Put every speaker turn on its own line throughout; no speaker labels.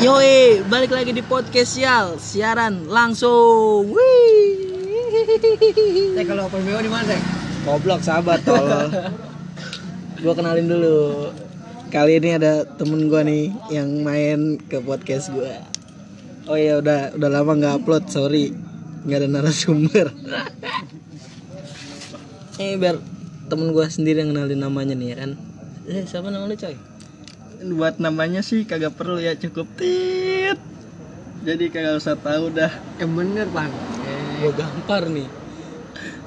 Yoi, balik lagi di podcast Sial, siaran langsung. Wih.
Teh kalau open BO di mana Teh?
Goblok sahabat tol. gua kenalin dulu. Kali ini ada temen gua nih yang main ke podcast gua. Oh iya udah udah lama nggak upload, sorry. nggak ada narasumber. eh biar temen gua sendiri yang kenalin namanya nih ya kan. Eh, siapa nama lu coy?
Buat namanya sih kagak perlu ya cukup tit. Jadi kagak usah tahu dah. Yang bener pan. Eh,
Gua gampar nih.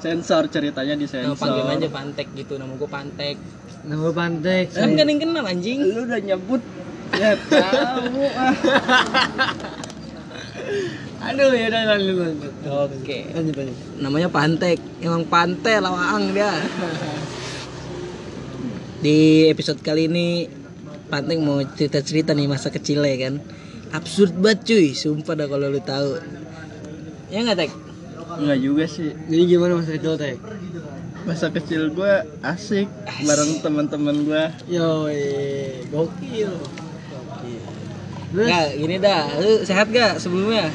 Sensor ceritanya di
Nah,
sensor.
panggil aja Pantek gitu, nama gua Pantek.
Nama pantai.
Kan gak ada yang kenal anjing.
Eh, Lu udah nyebut. Ya tahu ah. Aduh ya udah lanjut lanjut.
Oke.
Lanjut lanjut.
Namanya Pantek. Emang pantai lawaang dia. Di episode kali ini Pantek mau cerita-cerita nih masa kecilnya ya kan. Absurd banget cuy, sumpah dah kalau lu tahu. Ya nggak Tek?
Enggak juga sih.
Jadi gimana masa kecil Tek?
Masa kecil gua asik, bareng teman-teman gua.
Yoi, gokil. Nggak, gini dah. Lu sehat gak sebelumnya?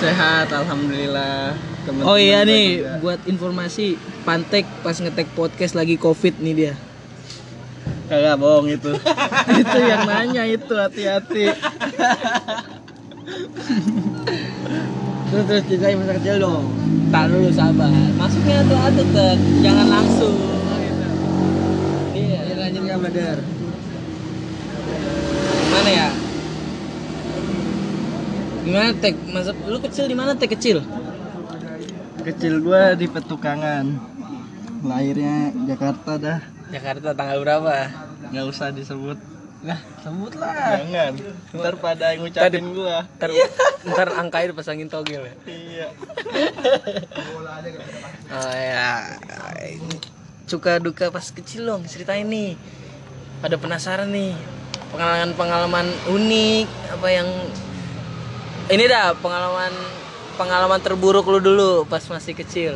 Sehat alhamdulillah. Temen-temen
Oh iya
gua
nih,
juga.
buat informasi, Pantek pas ngetek podcast lagi covid nih dia.
Kagak bohong itu. itu yang nanya itu hati-hati.
Terus terus ceritain masa kecil dong. Tak dulu sabar. Masuknya tuh ada tuh, jangan langsung. Iya.
lanjut nggak Badar?
Mana ya? Gimana tek? Masa lu kecil di mana tek kecil?
Kecil gua di petukangan. Lahirnya Jakarta dah.
Jakarta tanggal berapa?
Nggak usah disebut.
Nah, sebutlah.
Jangan. Ntar pada yang ngucapin gua.
Ntar, ntar angkanya dipasangin togel ya.
Iya.
Oh ya, suka duka pas kecil dong ceritain nih. Pada penasaran nih pengalaman-pengalaman unik apa yang ini dah pengalaman pengalaman terburuk lu dulu pas masih kecil.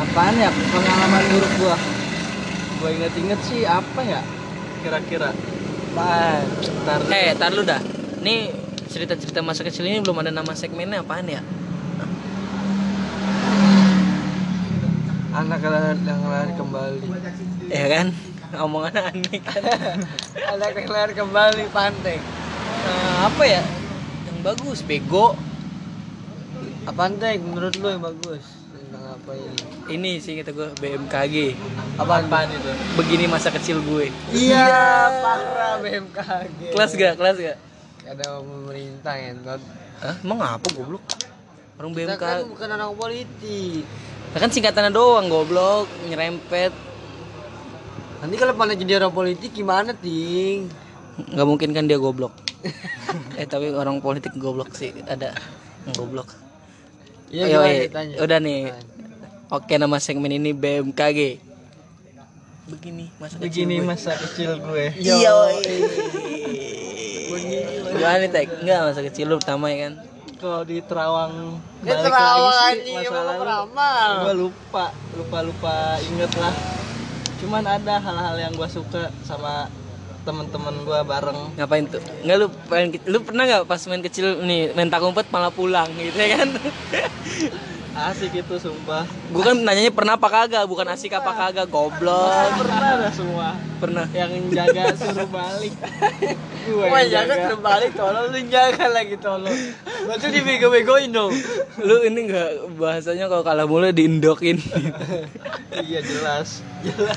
Apaan ya pengalaman buruk gua? Gua inget-inget sih apa ya? Kira-kira. Apaan? Ntar.
Eh, tar lu dah. Nih cerita-cerita masa kecil ini belum ada nama segmennya apaan ya?
Anak yang lahir kembali.
Ya kan? Omongan aneh kan.
Anak yang lahir kembali pantai.
Eh, apa ya? Yang bagus, bego.
Apaan teh menurut lu yang bagus? Tentang apa ini?
Ini sih kata gue BMKG.
Apaan, apaan itu?
Begini masa kecil gue.
Iya, parah BMKG.
Kelas gak? Kelas gak?
Ada pemerintah entot.
Hah? Emang apa goblok? Orang
Kita
BMK.
kan bukan anak politik.
Lah kan singkatannya doang goblok, nyerempet.
Nanti kalau pandai jadi orang politik gimana, Ting?
Nggak mungkin kan dia goblok. eh tapi orang politik goblok sih ada yang goblok.
Iya,
Ayo, eh, udah nih. Oke nama segmen ini BMKG. Begini masa kecil
Begini
gue.
masa kecil gue.
Iya. woy. Gimana nih Tek? Enggak masa kecil lu pertama ya kan?
Kalau di Terawang
Dia
balik
Terawang,
lagi
anjing,
sih, masa
emang
lalu.
beramal.
Gue lupa, lupa lupa inget lah. Cuman ada hal-hal yang gue suka sama temen-temen gue bareng.
ngapain tuh nggak lu main ke- lu pernah nggak pas main kecil nih main tak umpet malah pulang gitu ya kan
Asik itu sumpah.
gue kan nanyanya pernah apa kagak bukan asik apa kagak goblok
Pernah ada semua
pernah
yang jaga suruh balik. Gue
Wah,
yang
jaga
jaga suruh balik, tolong lu jaga lagi tolong. Berarti dibego-begoin dong.
lu ini nggak bahasanya kalau kalah mulu diindokin
iya jelas. Jelas.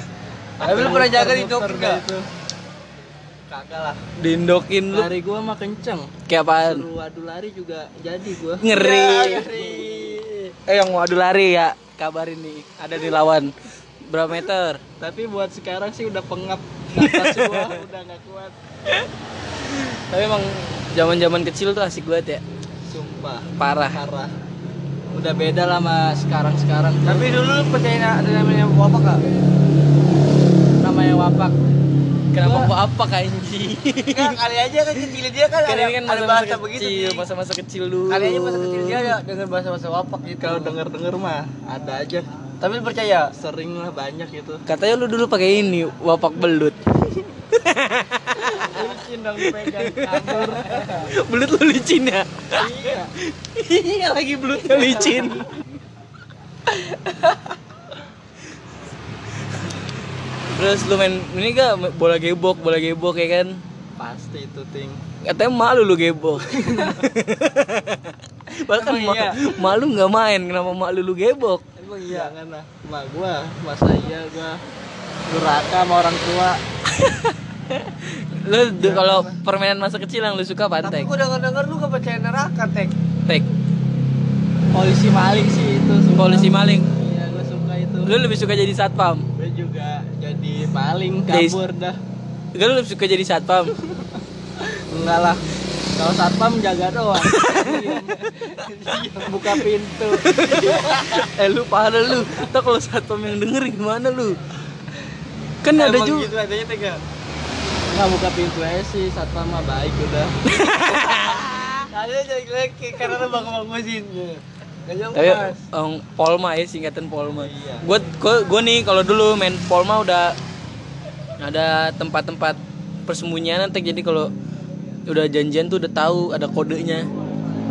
Tapi lu pernah jaga di dok nggak?
itu? Kagak lah.
diindokin lu
Lari gua mah kenceng.
kayak apaan
Suruh adu lari juga jadi gua.
Ngeri.
Ya, ngeri.
eh yang mau adu lari ya kabarin nih ada di lawan berapa meter
Tapi buat sekarang sih udah pengap. Nafas gua udah nggak kuat.
tapi emang zaman zaman kecil tuh asik banget ya
Sumpah.
parah
Parah. Udah beda lah sama sekarang-sekarang. Tapi dulu lu percaya ada namanya wapak gak? Namanya wapak.
kenapa gua apa kanji
Enggak, kali aja kan kecil dia kan
kan ini kan
ada
masa-masa kecil masa-masa kecil dulu
Kali aja masa kecil dia ya denger bahasa-bahasa wapak gitu. Kalau denger-denger mah ada aja. Tapi lu percaya? Sering lah banyak gitu.
Katanya lu dulu pakai ini, wapak belut.
Licin dong dipegang kabur.
belut lu licin ya
Iya.
iya lagi belutnya licin terus lu main ini gak bola gebok bola gebok ya kan
Pasti itu ting.
katanya malu lu gebok Padahal kan ma-
Emang iya.
malu nggak main kenapa malu lu gebok
Emang iya kan lah. Mak gua, masa iya gua durhaka sama orang tua.
lu
Iya,
du- kalau permainan masa kecil yang lu suka
Tapi
pantek
gua denger-denger lu kepercayaan neraka, Tek.
tek
Polisi maling sih itu. sumpah.
polisi maling
Iya, gua suka itu.
lu lebih suka jadi satpam
Gue juga jadi maling
Jadi-
kabur dah.
Gak lu lebih suka jadi satpam
Enggak lah. Kalau satpam jaga doang. Diam. Diam. Buka pintu.
Eh lu parah lu Tau kalau satpam yang denger gimana lu Kan ada
Emang
juga
Gitu adanya tega. Enggak buka pintu aja sih satpam mah baik udah. Kalian jadi jelek karena bangun-bangunin. Gak
Tapi
jelas.
em, Polma ya singkatan Polma
Iya.
Gue gua, gua nih kalau dulu main Polma udah Ada tempat-tempat persembunyian nanti Jadi kalau udah janjian tuh udah tahu ada kodenya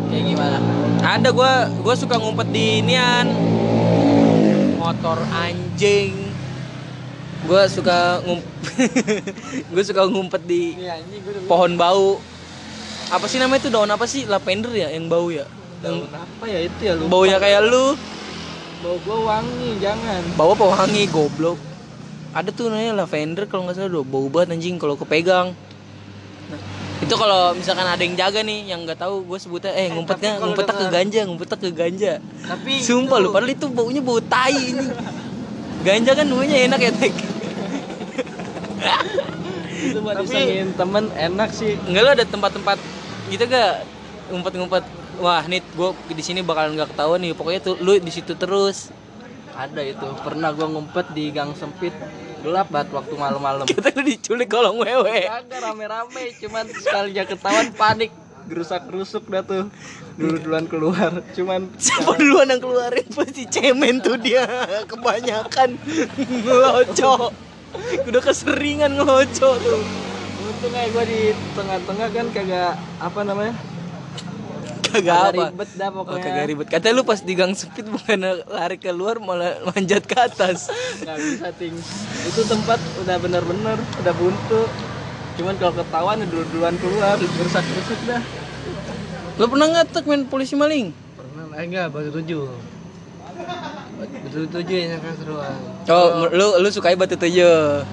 Kayak gimana?
Ada gua gua suka ngumpet di nian motor anjing. Gua suka ngump gua suka ngumpet di
Ini anjing gue udah
pohon bau. Apa sih namanya itu daun apa sih? Lavender ya yang bau ya?
Daun
Yang
apa ya itu ya lu?
baunya kayak lu,
Bau gua wangi, jangan.
bau apa wangi goblok. Ada tuh namanya lavender kalau nggak salah udah bau banget anjing kalau kepegang. Nah, itu kalau misalkan ada yang jaga nih yang nggak tahu gue sebutnya eh, ngumpetnya
kalau
ngumpetnya ke
dengan-
ganja ngumpetnya ke ganja
Tapi
Sumpah
itu-
lu, padahal itu baunya bau tai ini. Ganja kan baunya enak ya, Tek.
itu buat
Tapi-
disengin temen enak sih
Enggak lu ada tempat-tempat gitu gak ngumpet-ngumpet. Wah, nih gua di sini bakalan gak ketahuan nih. Pokoknya tuh lu di situ terus.
ada itu pernah gua ngumpet di gang sempit gelap banget waktu malam-malam
Kita lu diculik kolong wewe.
kagak rame-rame cuman sekalinya ketahuan panik gerusak gerusuk dah tuh dulu duluan keluar cuman
Siapa duluan yang keluarin pasti cemen tuh dia kebanyakan ngeloco. Udah keseringan ngeloco tuh.
untung aja gua di tengah-tengah kan kagak apa namanya
Kagak apa.
ribet dah
Oh,
pokoknya
kagak ribet. Katanya lu pas di gang sempit bukan lari keluar malah manjat ke atas.
nggak bisa ting itu tempat udah bener-bener udah buntu cuman kalau ketahuan dulu duluan keluar gerusak gerusuk dah
Lo pernah nggak Tek, main polisi maling?
pernah eh, enggak batu tujuh batu tujuh yang keseruan
Oh, lu lu suka batu tujuh.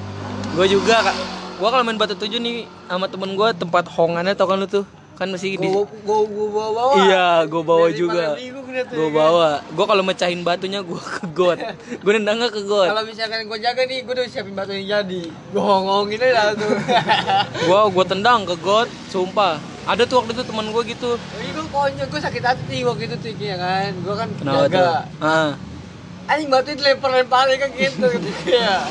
Gue juga kak. Gue kalau main batu tujuh nih sama temen gue tempat hongannya tau kan lu tuh kan masih di.
gua gua gua bawa, bawa.
Iya, gue bawa
Dari
juga.
malam minggu gua liat tuh,
Gue
ya kan?
bawa. Gue kalau mecahin batunya gue ke got. Gue nendangnya ke got.
kalau misalkan gua jaga nih gua udah siapin batu yang jadi gua ngongongin aja tuh
Gue gue tendang ke got. Sumpah. Ada tuh waktu itu temen gue gitu.
ini gua konyol gua sakit hati waktu itu tuh ya kan gua kan
Kenapa
jaga
tuh? Ah.
anjing batu itu lempar lemparin kan gitu gitu ya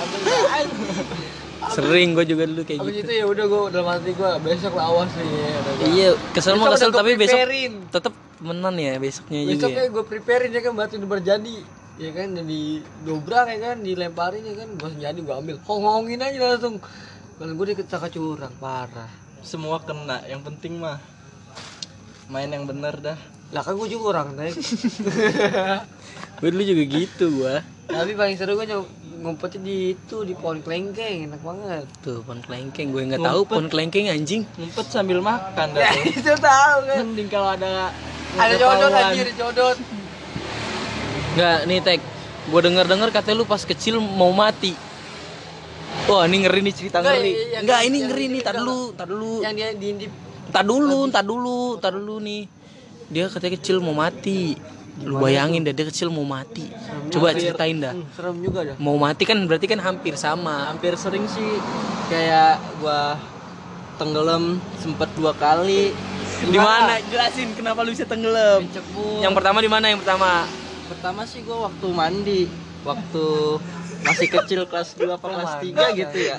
Anjing.
Sering gue juga dulu kayak
abis
gitu.
itu ya udah gua dalam hati gua besok lawas nih ya udah gua.
Iya, kesel mah
Besok
kesel
udah gua
tapi besok Iya,
preparein.
tetap temenan ya besoknya juga. ya.
besoknya gua preparein ya kan batu itu berjadi ya kan dan didobrak ya kan dilemparin ya kan gua jadi gua ambil ngongongin aja langsung kalau gua dikecaka curang parah semua kena yang penting mah main yang bener dah lah kan gua juga orang Nay.
Gue dulu juga gitu gue.
tapi paling seru gua nyob- ngumpetnya di itu di pohon kelengkeng enak banget
Tuh pon kelengkeng, gue nggak tahu pon kelengkeng anjing.
ngumpet sambil makan dah Ya, itu tahu kan mending kalau ada ada
codot,
jodoh
anjing,
anjir ada jodoh
Nggak, nih Tek, gue denger dengar katanya lu pas kecil mau mati. Wah ini ngeri nih cerita
Nggak,
ngeri.
iya, iya,
Nggak
yang-
ini
yang
ngeri
ini
nih, tar
udah-
dulu, tar dulu,
yang dia diintip
tar dulu, tar dulu, tar dulu nih. Dia katanya kecil mau mati. Lu bayangin dah dia kecil mau mati. Coba ceritain dah.
Hmm, serem juga dah
Mau mati kan berarti kan hampir sama.
hampir sering sih kayak gua tenggelam sempet dua kali
Di mana? Jelasin kenapa lu bisa tenggelam.
Mencebur.
Yang pertama di mana? Yang pertama.
pertama sih gua waktu mandi waktu masih kecil kelas 2 apa kelas 3 gitu ya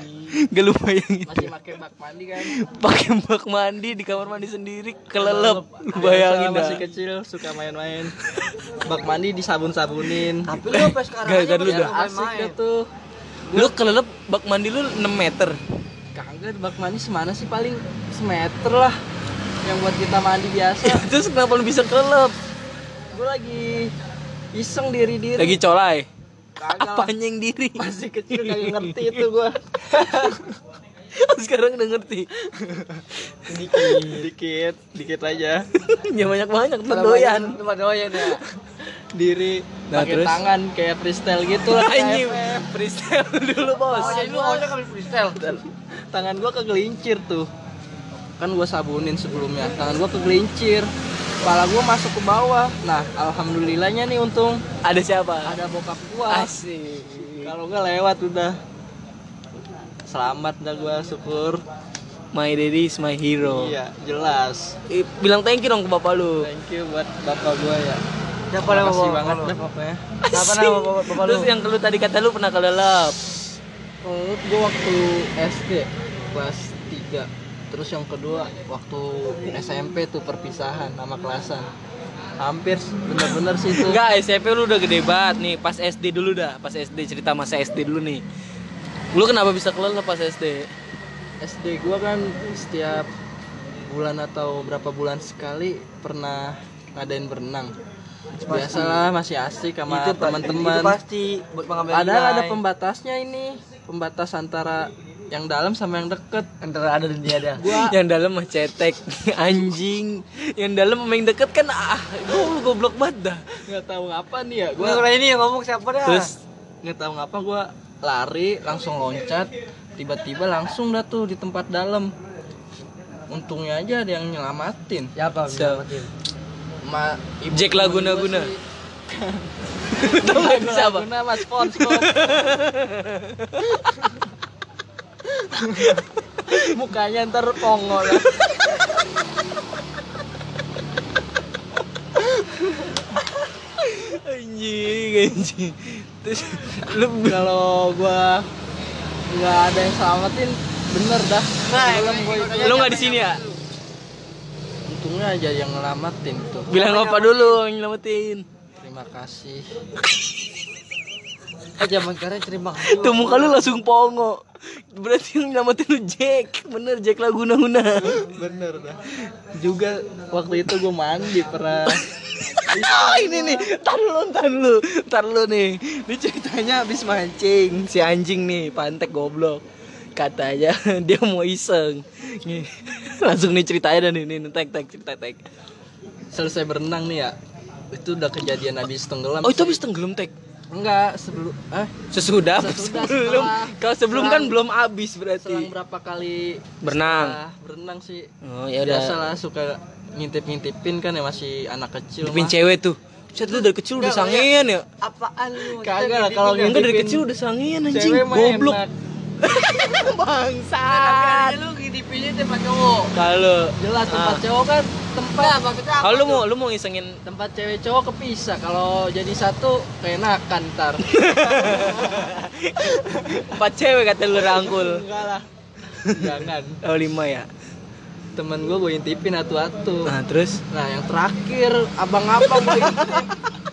Gak lu bayangin.
masih pakai bak mandi kan
pakai bak mandi di kamar mandi sendiri kelelep lu bayangin
Biasa
dah
masih kecil suka main-main bak mandi disabun-sabunin
lu
tapi
sampai sekarang Gak, aja gak dulu masih dah.
asik
main-main.
gitu
lu kelelep bak mandi lu 6 meter
kagak Kagak bak mandi semana sih paling semeter lah yang buat kita mandi biasa.
Terus kenapa lu bisa kelelep?
gue lagi iseng diri diri.
Lagi colai.
Kagak lah.
Apanya yang diri?
masih kecil kagak ngerti itu gue.
Sekarang udah ngerti.
Dikit, dikit, dikit aja.
ya banyak-banyak tuh doyan.
cuma doyan ya. Diri
Nah,
pakai
terus?
tangan kayak freestyle
ya?
gitu lah.
Anjing,
kayak
freestyle dulu,
Oh,
Bos.
awalnya kami freestyle Tangan gua kegelincir tuh Kan gua sabunin sebelumnya Tangan gua kegelincir Kepala gua masuk ke bawah Nah alhamdulillahnya nih untung
Ada siapa?
Ada bokap gua
Asik.
Kalau nggak lewat udah Selamat dah gua syukur
My daddy is my hero.
Iya jelas
Eh, Bilang thank you dong ke bapak lu.
Thank you buat bapak gua ya
Siapa
Terima kasih banget dah bapaknya
Apa nama bapak, lu? Terus yang lu tadi kata lu pernah kelelep.
Menurut gue waktu SD kelas 3 Terus yang kedua waktu SMP tuh perpisahan sama kelasan Hampir sih, bener-bener sih itu
Enggak, SMP lu udah gede banget nih. Pas SD dulu dah, pas SD cerita masa SD dulu nih. Lu kenapa bisa kelelep pas SD?
SD gua kan setiap bulan atau berapa bulan sekali pernah ngadain berenang Biasalah masih asik sama teman-teman
pasti buat pengambilan
Padahal ada pembatasnya ini Pembatas antara yang dalam sama yang deket Antara ada dan tiada Gua
yang dalam mah cetek anjing yang dalam sama yang deket kan ah gua goblok banget dah
nggak tahu ngapa nih ya gua
orang ini yang ngomong siapa dah terus
nggak tahu ngapa gua lari langsung loncat tiba-tiba langsung dah tuh di tempat dalam untungnya aja ada yang nyelamatin siapa
siapa?
Ma, ibu
Jack
temen
Laguna
gua
Guna.
sih.
tahu nggak
Laguna
siapa
Laguna mas Fon Fon. mukanya ntar pongol ya.
anjing anjing terus lu
kalau gua nggak ada yang selamatin bener dah Belum gua ikut.
lu nggak di sini ya
untungnya aja yang ngelamatin tuh
bilang apa dulu yang nyelamatin
Terima kasih. Eh zaman sekarang terima kasih.
tuh muka lu langsung pongo berarti yang nyelamatin lu Jack bener Jack Laguna Guna
Bener dah. Juga waktu itu gue mandi pernah.
Ah, ini nih, tar lu, tar lu, tar lu nih. Ini ceritanya habis mancing, si anjing nih, pantek goblok. Katanya dia mau iseng. Nih, langsung nih ceritanya dan ini, tek tek cerita tek.
Selesai berenang nih ya. Itu udah kejadian habis tenggelam.
Oh itu habis tenggelam tek.
Enggak sebelum eh
Sesudah, apa sebelum.
Sesudah, setelah.
Kalau sebelum kan belum habis
selang
berarti.
berapa kali
Berenang.
ah, berenang sih.
Oh ya udah.
Biasalah suka ngintip-ngintipin kan ya masih anak kecil.
Dipin
mah.
cewek tuh. Cet lu dari kecil udah sangean ya.
apaan lu
Kagak lah kalau
Enggak dari
ngintipin
kecil udah sangean anjing,
cewek mah
goblok.
enak.
Bangsat.
lu ngintipinnya tempat cowok
Kalau
Jelas tempat
Ah.
cowok kan tempat
maksudnya
kalau lu mau lu mau ngisengin
tempat cewek cowok kepisah kalau jadi satu keenakan ntar
empat cewek kata lu rangkul
enggak lah jangan
oh lima ya
temen gue gue intipin atu-atu
nah terus
nah yang terakhir abang-abang gue intip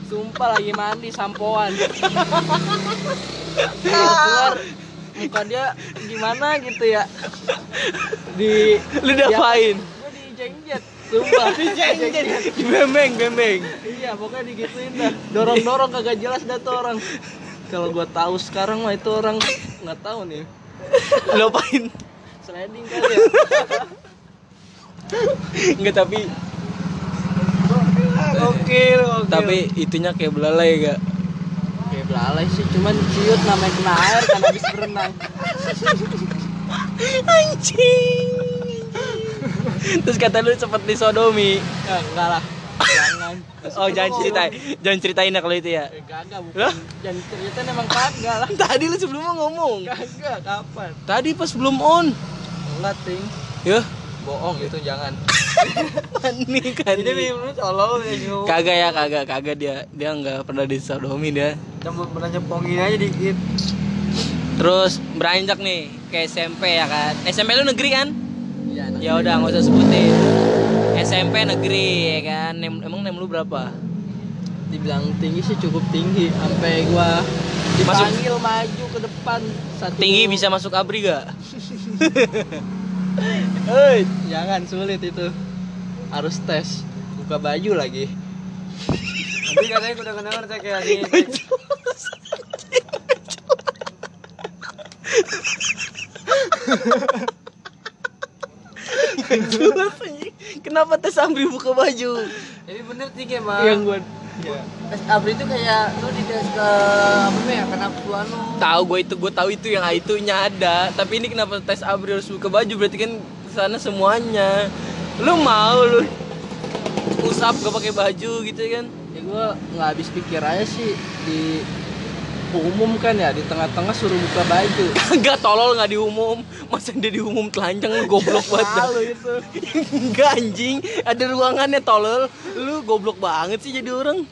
sumpah lagi mandi sampoan Dia keluar muka dia gimana gitu ya di
lu diapain
gue dijengjet sumpah dijengjet
bemeng bemeng
Iya, pokoknya digituin dah. Dorong-dorong kagak jelas dah tuh orang. Kalau gua tahu sekarang mah itu orang nggak tahu nih.
lu apain
Sliding kali ya.
enggak tapi
Oke, oke.
tapi itunya kayak belalai gak
Kayak belalai ya sih, cuman ciut namanya kena air kan habis berenang.
anjing terus kata lu sempet disodomi
Ya, enggak lah. Jangan.
oh jangan ceritain jangan ceritain ya kalau itu ya
Eh, kagak
Hah?
bukan. Jangan ceritain emang kagak lah.
tadi lu sebelumnya ngomong
Kagak kapan?
tadi pas belum on
Enggak, Ting.
ya
Bohong itu jangan.
panik kan
menurut Allah ya
kagak ya kagak kagak dia dia nggak pernah disodomi dia
Cuma pernah nyepongin aja dikit.
Terus beranjak nih ke SMP ya kan. SMP lu negeri kan?
Iya, nah.
Ya udah nggak usah sebutin. SMP negeri ya kan. Nem- emang nem lu berapa?
dibilang tinggi sih cukup tinggi sampai gua
Masuk.
dipanggil maju ke depan satu
Tinggi bisa masuk abri gak?
Hei, jangan sulit itu. Harus tes buka baju lagi. Tapi katanya udah kenal saya
ya,
kayak ini.
Jelas anjing. Kenapa tes Amri buka baju?
Tapi bener sih Iya. kayak mah.
Yang gue
Tes abri itu kayak lu di tes ke apa namanya kena kebutuhan lu.
Tahu gue itu, gue tahu itu yang A-itunya ada. Tapi ini kenapa tes Amri harus buka baju? Berarti kan sana semuanya. Lu mau lu usap gak pakai baju gitu kan?
ya gue nggak habis pikir aja sih di umum kan ya di tengah-tengah suruh buka baju.
Enggak tolol nggak diumum. Masa dia diumum telanjang lu goblok banget. dah.
Malu itu.
Enggak anjing, ada ruangannya tolol. Lu goblok banget sih jadi orang.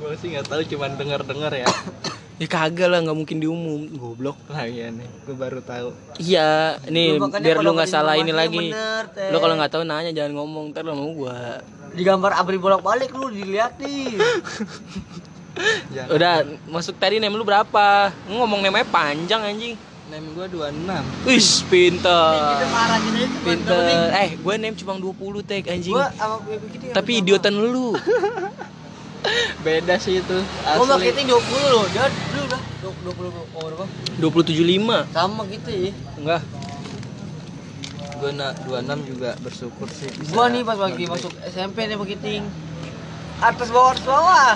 Gue sih nggak tahu, cuman dengar-dengar ya.
Ya kagak lah, nggak mungkin diumum, goblok.
Lah iya nih, gue baru tahu.
Iya, nih
Lu makanya
biar lu
kalau
nggak salah ini
informasinya
lagi.
bener, Teh.
Lu kalau nggak tahu nanya jangan ngomong, ntar sama gua.
Di gambar abri bolak-balik lu diliatin.
Jangan.
Udah, masuk tadi name lu berapa? Lu Ngomong name panjang anjing.
Name gue 26
Wis,
Kita
pinter.
marah kita itu
Pinter. Eh, gue name cuma 20 tek anjing.
Gua sama Pipi Kitty yang
Tapi
pertama.
idiotan lu.
Beda sih itu
Gua sama
asli
Kitty 20 loh. Dia dulu udah 20 oh berapa?
275.
Sama gitu ya.
Enggak Gue na 26 juga bersyukur sih bisa
Gua nih pas lagi
ngantri.
masuk SMP nih begiting. Atas bawah atas bawah.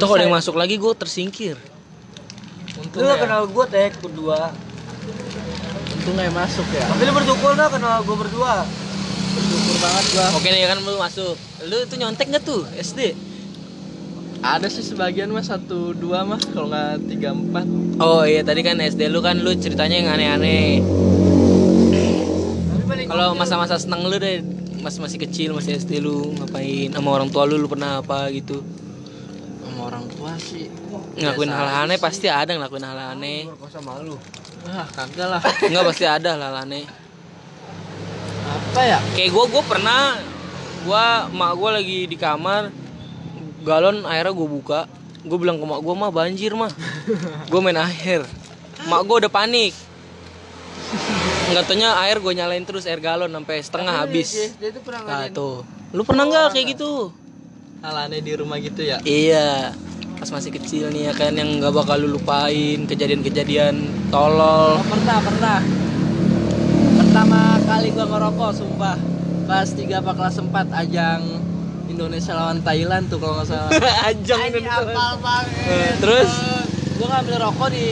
Tuh kalau ada yang masuk lagi gue tersingkir.
Untung
Lu
ya,
gak kenal gua tek berdua.
untung ya masuk ya
Tapi lu bersyukur gak kenal gua berdua.
Bersyukur banget gua
Oke nih kan lu masuk. Lu tuh nyontek nggak tuh SD?
Ada sih sebagian mah satu dua mah kalau nggak tiga empat
Oh iya tadi kan SD lu kan lu ceritanya yang aneh-aneh.
Tapi paling
Kalau masa-masa seneng lu deh mas masih kecil masih SD lu ngapain sama orang tua lu lu pernah apa gitu
Sama orang tua sih
ngelakuin hal aneh pasti ada ngelakuin hal aneh
gua sama lu.
Ah kagak lah
nggak pasti ada hal aneh
Apa
Iya,
ya
kayak gua gua pernah gua mak gua lagi di kamar galon airnya gua buka gua bilang ke mak gua mah banjir mah gua main air mak gua udah panik nggak taunya air gua nyalain terus air galon sampai setengah
iya,
habis
Dia tuh pernah
nah
ngadain
tuh lu pernah nggak kayak gitu
Hal aneh di rumah gitu ya
Iya, pas masih kecil nih ya kan yang nggak bakal lu lupain kejadian-kejadian tolol.
Oh, pernah, pernah. Pertama kali gua ngerokok, sumpah. Kelas 3 apa kelas 4 ajang Indonesia lawan Thailand tuh kalau nggak salah.
Ajang
Ini
Indonesia.
apal
Eh,
banget.
Terus
gua ngambil rokok di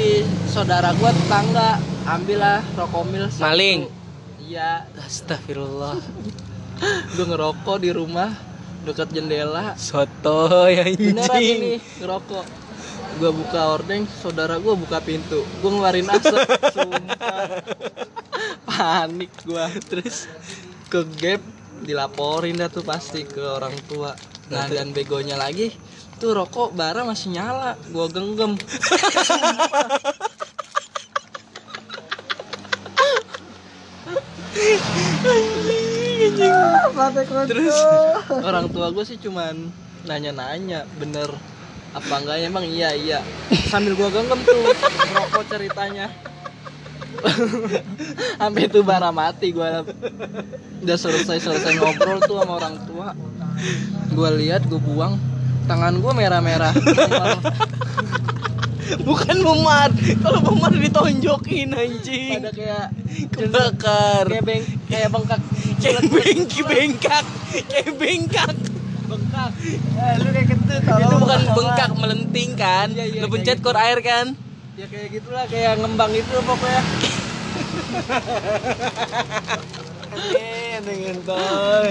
saudara gua tetangga, ambillah rokok mil. satu.
maling.
Iya,
Astagfirullah.
gua ngerokok di rumah dekat jendela.
Soto ya
Beneran ini
anjing.
ngerokok. Gua buka ordeng, saudara gua buka pintu. Gua ngeluarin asap, sumpah. Panik gua. Terus ke gap dilaporin dah tuh pasti ke orang tua. Nah, dan begonya lagi tuh rokok bara masih nyala, gua genggam.
Terus
orang tua gue sih cuman nanya-nanya bener apa enggak emang iya iya sambil gua genggam tuh rokok ceritanya sampai itu bara mati gua udah selesai selesai ngobrol tuh sama orang tua gua lihat gue buang tangan gua merah-merah
bukan memar. Kalau memar ditonjokin anjing.
pada kayak
Kebakar.
kayak beng kayak bengkak
Kayak bengki bengkak. Kayak bengkak.
bengkak
Eh, lu kayak kentut tolong.
Itu bukan bengkak melenting kan?
Iya, iya,
Lu
kayak
pencet
gitu.
kur air kan?
ya kayak gitulah kayak ngembang itu pokoknya
Eh, dengan tol.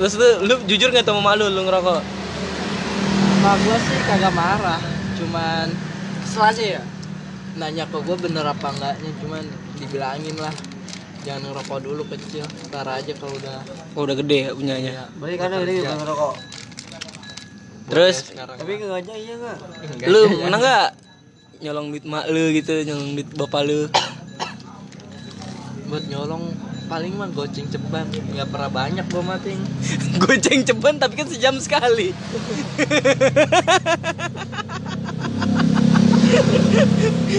Terus lu, lu jujur nggak sama malu lu ngerokok?
Mak gue sih kagak marah, cuman
Kesel aja ya.
nanya ke gue bener apa enggaknya, cuman dibilangin lah jangan ngerokok dulu kecil, ntar aja kalau udah
Oh, udah gede ya punyanya.
Balik kan dari
Kerja.
bang rokok.
Terus
sekarang.
Tapi enggak aja iya enggak.
Enggak
lu
aja ya.
pernah nggak nyolong duit mak lu gitu, nyolong duit bapak lu?
buat nyolong paling mah goceng ceban, nggak pernah banyak gue mating.
Goceng ceban tapi kan sejam sekali.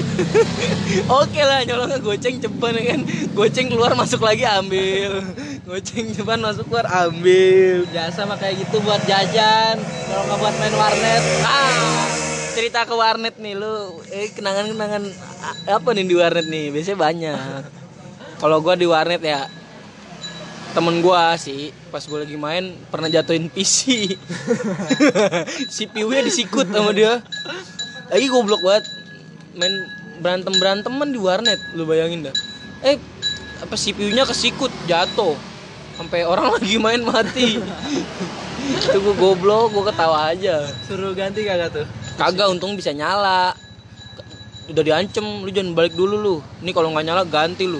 Oke lah nyolong goceng ceban ya kan. Goceng keluar masuk lagi ambil. Goceng ceban masuk keluar ambil.
Biasa mah kayak gitu buat jajan, kalau nggak buat main warnet.
Ah, cerita ke warnet nih lu. Eh kenangan-kenangan a- apa nih di warnet nih? Biasanya banyak. Kalau gua di warnet ya temen gua sih pas gua lagi main pernah jatuhin PC CPU-nya disikut sama dia lagi goblok banget main berantem beranteman di warnet lu bayangin dah eh apa CPU-nya kesikut jatuh sampai orang lagi main mati itu gua goblok gua ketawa aja
Suruh ganti kagak tuh?
Kagak untung bisa nyala. Udah diancem, lu jangan balik dulu lu. Ini kalau nggak nyala ganti lu.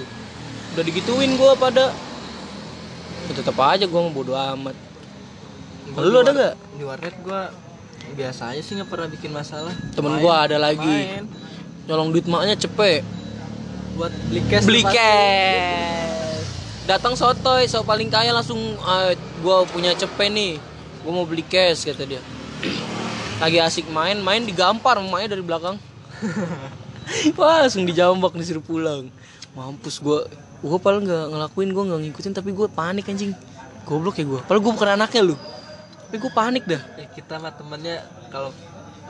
Udah digituin gua pada. Ya, Tetep aja gua mau bodo amat. Kalau lu ada nggak?
di warnet gua biasanya sih nggak pernah bikin masalah
Temen
Main,
gua ada lagi.
main.
Nyolong duit maknya cepet.
buat beli cash
Beli
lepas
cash. Datang sotoy, so paling kaya langsung "Ah, gua punya cepet nih. Gua mau beli cash kata dia. Lagi asik main, main digampar emaknya dari belakang. Wah, langsung dijambak disuruh pulang. Mampus gua. Gua paling nggak ngelakuin, gua nggak ngikutin tapi gua panik anjing. Goblok ya gua. Padahal gua bukan anaknya lu. Tapi gua panik dah.
tuh. Ya, kita mah temennya kalau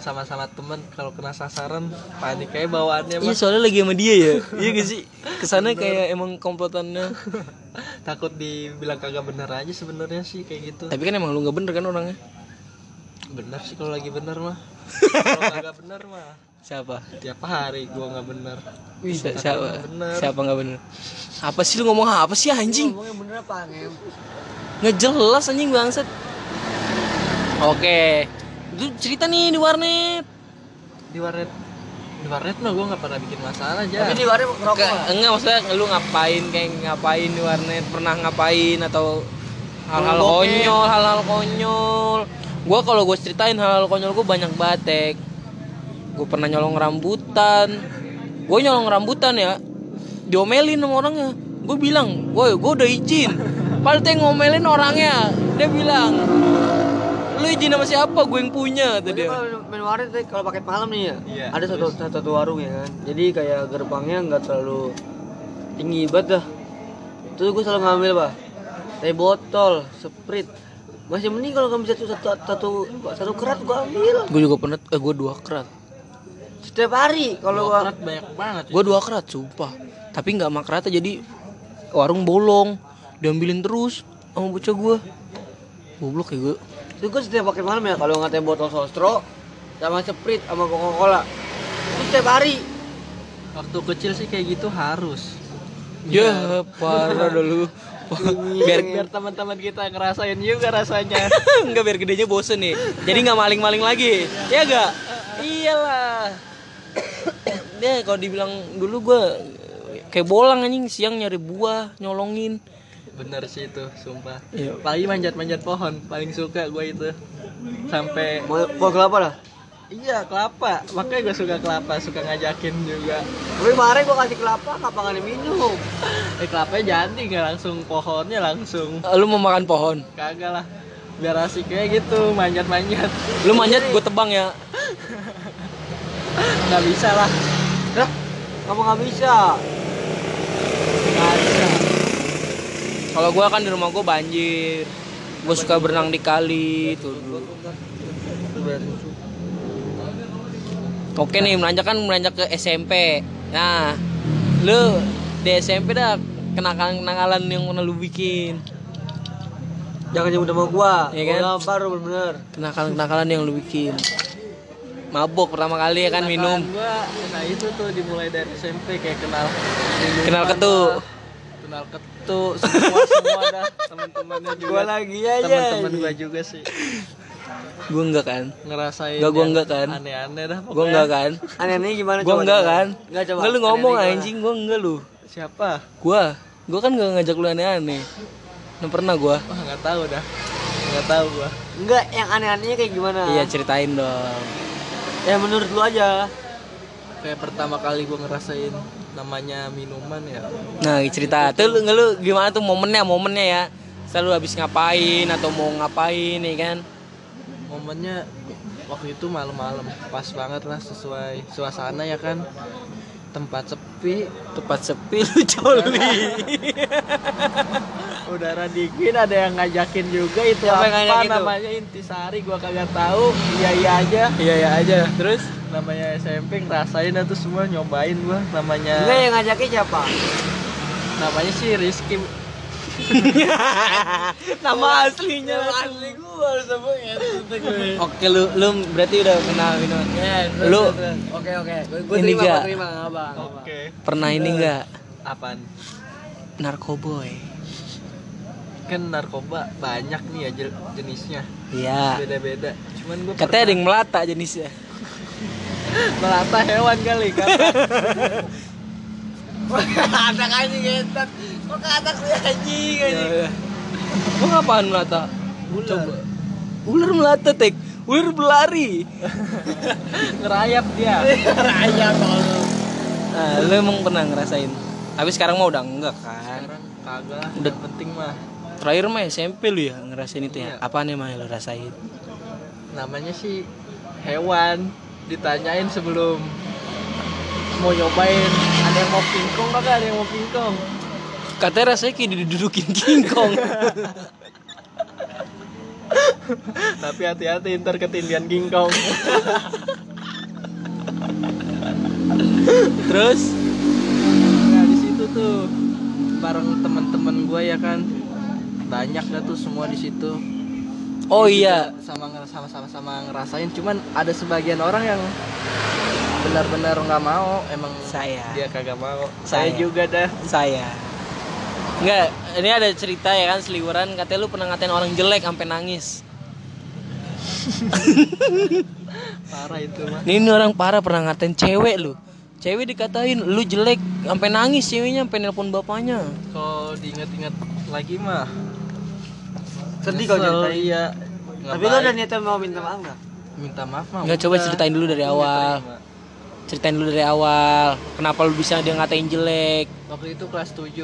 sama-sama temen kalau kena sasaran panik kayak bawaannya
Iya
mah
soalnya lagi sama dia ya. Iya gak sih? Kesannya kayak emang komplotannya.
takut dibilang kagak bener aja sebenarnya sih kayak gitu
Eh.
Tapi kan emang lu nggak bener kan orangnya.
bener sih kalau lagi bener mah kalau kagak bener mah
Siapa?
tiap hari gua nggak bener
Si-
Kata
siapa
orang bener.
siapa nggak bener apa sih lu ngomong apa sih anjing
Ngomongnya bener apa ngem?
ngejelas anjing bangsat oke lu cerita nih di warnet
di warnet di warnet mah gua nggak pernah bikin masalah aja
Tapi di warnet ngerokok
Ke-
nggak?
enggak maksudnya lu ngapain kayak ngapain di warnet pernah ngapain atau hal-hal
Ngomongin.
konyol hal-hal konyol gua kalau gue ceritain hal-hal konyol gue banyak batek gue pernah nyolong rambutan gue nyolong rambutan ya diomelin sama orangnya gue bilang woi gue udah izin Padahal dia ngomelin orangnya dia bilang lu izin sama siapa gue yang punya kata
Jadi
dia
kalau main- main warnet tuh, kalau paket malam nih ya,
Iya,
ada satu, satu satu warung ya kan. Jadi kayak gerbangnya nggak terlalu tinggi banget dah. Terus gue selalu ngambil bah, teh botol, sprit. Masih mending kalau nggak bisa tuh satu satu satu kerat gue ambil.
gue juga pernah eh gue dua kerat
Setiap hari kalau gua
warnet banyak banget
Gue dua kerat, sumpah. Tapi nggak mak rata jadi warung bolong. Diambilin terus sama bocah gue. Goblok ya gue.
Terus gue setiap paket malam ya kalau nggak teh botol sostro sama sprit sama coca cola itu setiap hari
waktu kecil sih kayak gitu harus
Ya, parah dah lu. biar
biar biar teman-teman kita ngerasain juga rasanya
nggak biar gedenya bosen nih. Jadi nggak maling-maling lagi. Ya gak? Iyalah. Ya kalau dibilang dulu gue kayak bolang anjing siang nyari buah nyolongin.
bener sih itu sumpah
Iya.
paling manjat-manjat pohon paling suka gue itu sampai
mau mau kelapa lah
iya kelapa makanya gue suka kelapa suka ngajakin juga
tapi kemarin gue kasih kelapa kenapa nggak diminum
eh kelapanya jadi nggak langsung pohonnya langsung
Eh, Lu mau makan pohon.
kagak lah biar asik kayak gitu manjat-manjat
Lu manjat gue tebang ya.
nggak bisa lah
lah kamu nggak bisa
nggak bisa
Kalau gua kan di rumah gua banjir. Gua suka berenang di kali itu dulu. Oke nih menanjak kan menanjak ke SMP. Nah, lu di SMP dah kenakalan-kenakalan yang pernah lu bikin.
jangan nyebut nama gua
Iya
ya
kan?
kan baru bener
Kenakalan-kenakalan yang lu bikin. Mabok pertama kali ya kan minum.
gue nah itu tuh dimulai dari SMP kayak kenal minuman
Kenal ketuk.
lah, kenal ketuk semua semua dah teman-temannya juga
gua lagi aja
teman-teman gue juga sih
Gua enggak kan?
ngerasain
Enggak, gua
yang
enggak kan.
aneh-aneh dah
Gua
pokoknya
enggak kan?
aneh-aneh gimana
Gua enggak kan?
nggak coba
Enggak lu ngomong
Aneh-aneh gimana?
anjing, gua enggak lu.
siapa
Gua, gua kan enggak ngajak lu aneh-aneh. Nggak pernah gua.
wah nggak tahu dah nggak tahu gue
enggak yang aneh-anehnya kayak gimana
Iya, ceritain dong.
ya menurut lu aja
kayak pertama kali gue ngerasain namanya minuman ya
Nah, cerita tuh lu, lu gimana tuh momennya, momennya ya. Selalu habis ngapain atau mau ngapain nih kan?
momennya waktu itu malam-malam pas banget lah sesuai suasana ya kan tempat sepi
tempat sepi lu coli
udara dingin ada yang ngajakin juga itu
Siapa yang
apa
ngajakin tuh?
namanya intisari gua kagak tahu iya iya aja
iya iya aja terus
namanya SMP ngerasain dah tuh semua nyobain gua
Ya.
namanya
Iya,
Enggak yang ngajakin siapa?
namanya sih Rizky
nama aslinya
asli gua harus sebutnya
oke lu lu berarti udah kenal minuman
Ya,
terus, Lu- terus.
Oke oke.
Gua Ini terima, gua gak?
terima,
terima,
terima, abang.
oke
pernah ini nggak
apaan
narkoboy
kan narkoba banyak nih ya je- jenisnya
iya
beda-beda cuman gua
katanya ada yang melata jenisnya
pernah melata hewan kali kan
Anak anjing ngentot. Kok kata sih anjing anjing.
Lu Iya, ngapain melata?
ular
Ular melata, Tek. Ular berlari.
ngerayap dia
Iya.
Raya tolong.
Nah, lu emang pernah ngerasain? Tapi sekarang mah udah enggak kan.
sekarang kagak lah
Udah.
udah penting mah
Terakhir mah SMP lu ya ngerasain itu ya.
Iya.
Apaan emang yang lu rasain?
namanya sih hewan ditanyain sebelum mau nyobain ada yang mau pingkong kagak ada yang mau pingkong
Katanya rasanya kayak didudukin kingkong.
tapi hati-hati ntar ketindian kingkong
Terus
nah di situ tuh bareng teman-teman gue ya kan banyak dah tuh semua di situ
Oh iya,
Dia juga sama nger- sama sama sama ngerasain cuman ada sebagian orang yang benar-benar nggak mau emang
Saya.
dia kagak mau
Saya.
saya, juga dah
saya. Enggak, ini ada cerita ya kan seliweran katanya lu pernah ngatain orang jelek sampai nangis.
parah itu mah
Nih ini orang parah pernah ngatain cewek lu. Cewek dikatain lu jelek sampai nangis ceweknya sampai nelpon bapaknya.
kalau diingat-ingat lagi mah
Sedih kalau
nyesel,
ceritain.
iya
Tapi lo udah niatnya mau minta maaf enggak?
minta maaf mah
Enggak coba
udah.
ceritain dulu dari
Udah
awal.
terima.
Ceritain dulu dari awal. Kenapa lu bisa dia ngatain jelek?
waktu itu kelas 7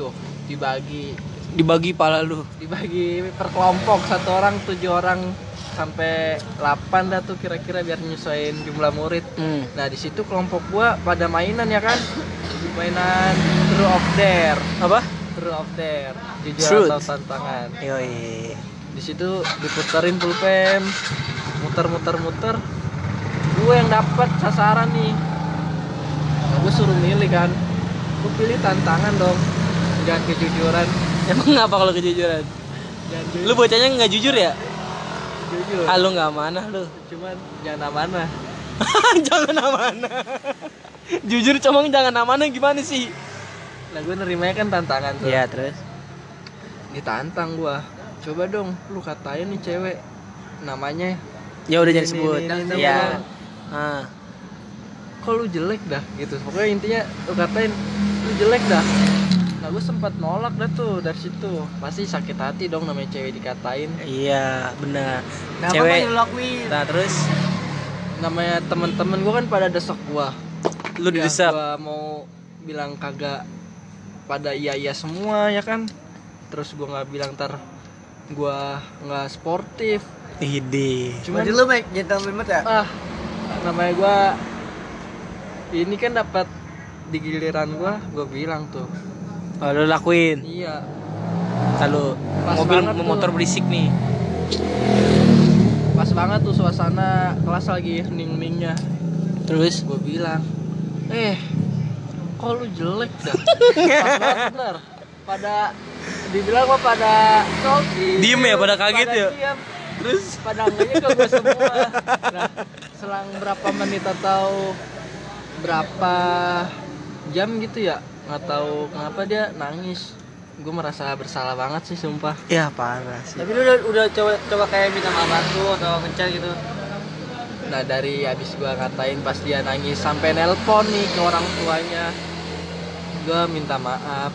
dibagi
Dibagi pala lu.
dibagi per kelompok satu orang tujuh orang sampai 8 dah tuh kira-kira biar nyesuaiin jumlah murid
Hmm.
nah di situ kelompok gua pada mainan ya kan mainan true of dare
Apa?
true of dare jujur
Truth.
atau tantangan
Yoi.
di situ diputerin pulpen muter-muter muter gue yang dapat sasaran nih nah, gue suruh milih kan gue pilih tantangan dong jangan kejujuran
Emang ngapa kalau kejujuran?
jangan ju-
Lu bocahnya nggak jujur ya?
jujur
Ah lu nggak amanah lu.
cuman jangan amanah
jangan amanah. jujur cuma jangan amanah gimana sih?
nah gue nerimanya kan tantangan tuh
Iya, terus.
ditantang gue coba dong lu katain nih cewek namanya
Ya udah jangan
Ini,
sebut.
ini, ini,
Iya.
ini.
Ah.
kok lu jelek dah gitu pokoknya intinya lu katain lu jelek dah nah gue sempat nolak dah tuh dari situ pasti sakit hati dong namanya cewek dikatain
Iya, benar.
Enggak apa-apa
Cewek.
yang lo lakuin.
Nah, terus
namanya temen-temen gue kan pada desek gue
lu didesak.
gue mau bilang kagak pada iya iya semua ya kan terus gue nggak bilang ntar gue nggak sportif
Ide.
cuman
Berarti lo make gentleman banget ya?
ah namanya gua ini kan dapat di giliran gua gua bilang tuh
Oh, lu lakuin.
iya
Kalau
Pas
mobil
banget tuh.
motor berisik nih.
pas banget tuh suasana kelas lagi hening-heningnya
Terus
gua bilang eh kok lu jelek dah Pas banget, bener pada dibilang gua pada salty.
Diem ya, pada kaget ya?
diem.
terus
pada enggaknya ke gua semua nah selang berapa menit atau berapa jam gitu ya nggak tahu kenapa dia nangis gue merasa bersalah banget sih sumpah
ya parah sih.
Tapi lo udah, udah coba coba kayak minta maaf tuh atau ngecat gitu.
nah dari habis gua ngatain pas dia nangis sampai nelpon nih ke orang tuanya gue minta maaf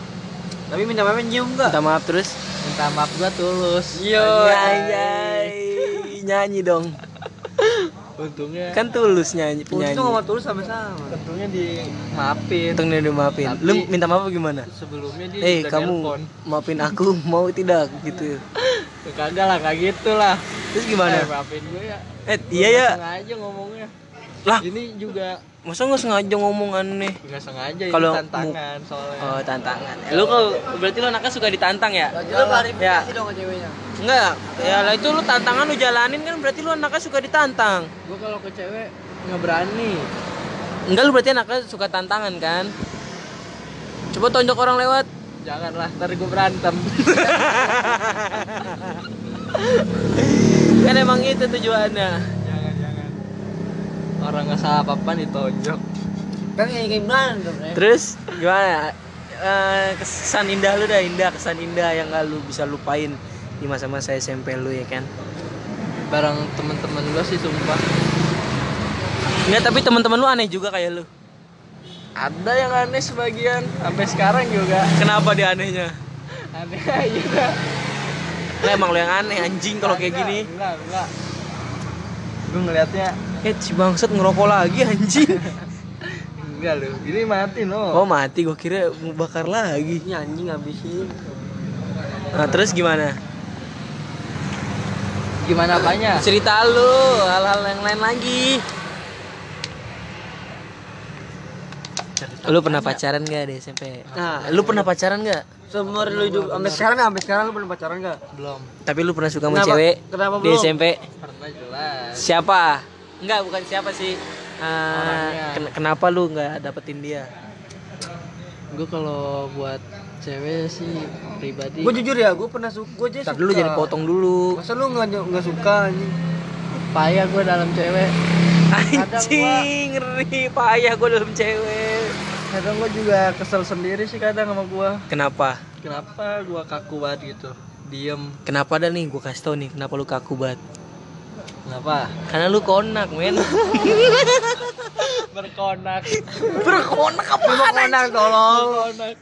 Tapi minta maafnya nyium enggak?
Minta maaf terus.
minta maaf gue tulus
Yo,
Anjay. Nyanyi dong.
untungnya
Kan tulus nyanyi
Tulus
penyanyi.
tuh ngomong tulus sama-sama.
untungnya dimaafin
Untung dia udah maafin.
Tapi-
Lu minta maaf apa gimana?
sebelumnya dia
Eh
udah
kamu
nelpon Ya
maafin aku mau tidak gitu.
kagak lah kagak gitu lah
Terus gimana?
Eh, maafin gue ya.
Eh, iya Ah. ya.
Nggak sengaja ngomongnya.
Lah,
Ini juga
masa nggak sengaja ngomong aneh?
nggak sengaja ini
Kalau-
tantangan soalnya.
Oh, tantangan. Eh, lu kalau berarti lu anaknya suka ditantang ya?
Lu klarifikasi
Ya.
dong ke ceweknya.
Enggak. Ya lah itu lu tantangan lu jalanin kan berarti lu anaknya suka ditantang.
Gue kalau ke cewek nggak berani.
Enggak lu berarti anaknya suka tantangan kan? Coba tonjok orang lewat.
Janganlah, ntar gue berantem.
Kan emang itu tujuannya.
jangan, jangan. Orang nggak salah apa-apa ditonjok.
Kan kayak gimana dong, Re?
Terus gimana? Eh, kesan indah lu dah indah kesan indah yang gak lu bisa lupain di masa-masa SMP lu ya kan
Barang temen-temen gue sih sumpah.
Enggak tapi teman-teman lu aneh juga kayak lu
Ada yang aneh sebagian, sampai sekarang juga
Kenapa dia anehnya?
aneh aja.
Lah emang lu yang aneh anjing kalau kayak gini
Enggak, enggak. Gue ngelihatnya
Eh si bangsat ngerokok lagi anjing
enggak lu. Ini mati
Oh
no.
mati gua kira mau bakar lagi
Ini anjing ngabisin.
Nah terus gimana?
Gimana apanya?
Cerita lu hal-hal yang lain lagi Lu pernah pacaran gak di SMP?
Nah.
Lu pernah pacaran gak?
Seumur lu juga sampai sekarang sampai sekarang lu belum pacaran enggak?
Belum.
Tapi lu pernah suka sama
Kenapa-
cewek
kenapa
di
belum?
SMP?
Pernah jelas.
Siapa? Enggak, bukan siapa sih. Eh,
Orangnya.
ken- kenapa lu nggak dapetin dia?
gue kalau buat cewek sih pribadi
Gue jujur ya, gue pernah suka, gue aja
Ntar
suka.
dulu jangan potong dulu.
Masa lu nggak nggak suka anjing?
payah gue dalam cewek
Anjing, ngeri payah gue dalam cewek.
kadang gue juga kesel sendiri sih kadang sama gue
Kenapa?
kenapa gue kaku banget gitu diem
Kenapa dah nih gue kasih tau nih kenapa lu kaku banget?
kenapa
Karena lu konak, men.
berkonak
Berkonak apa?
Konak Kan tolong.
berkonak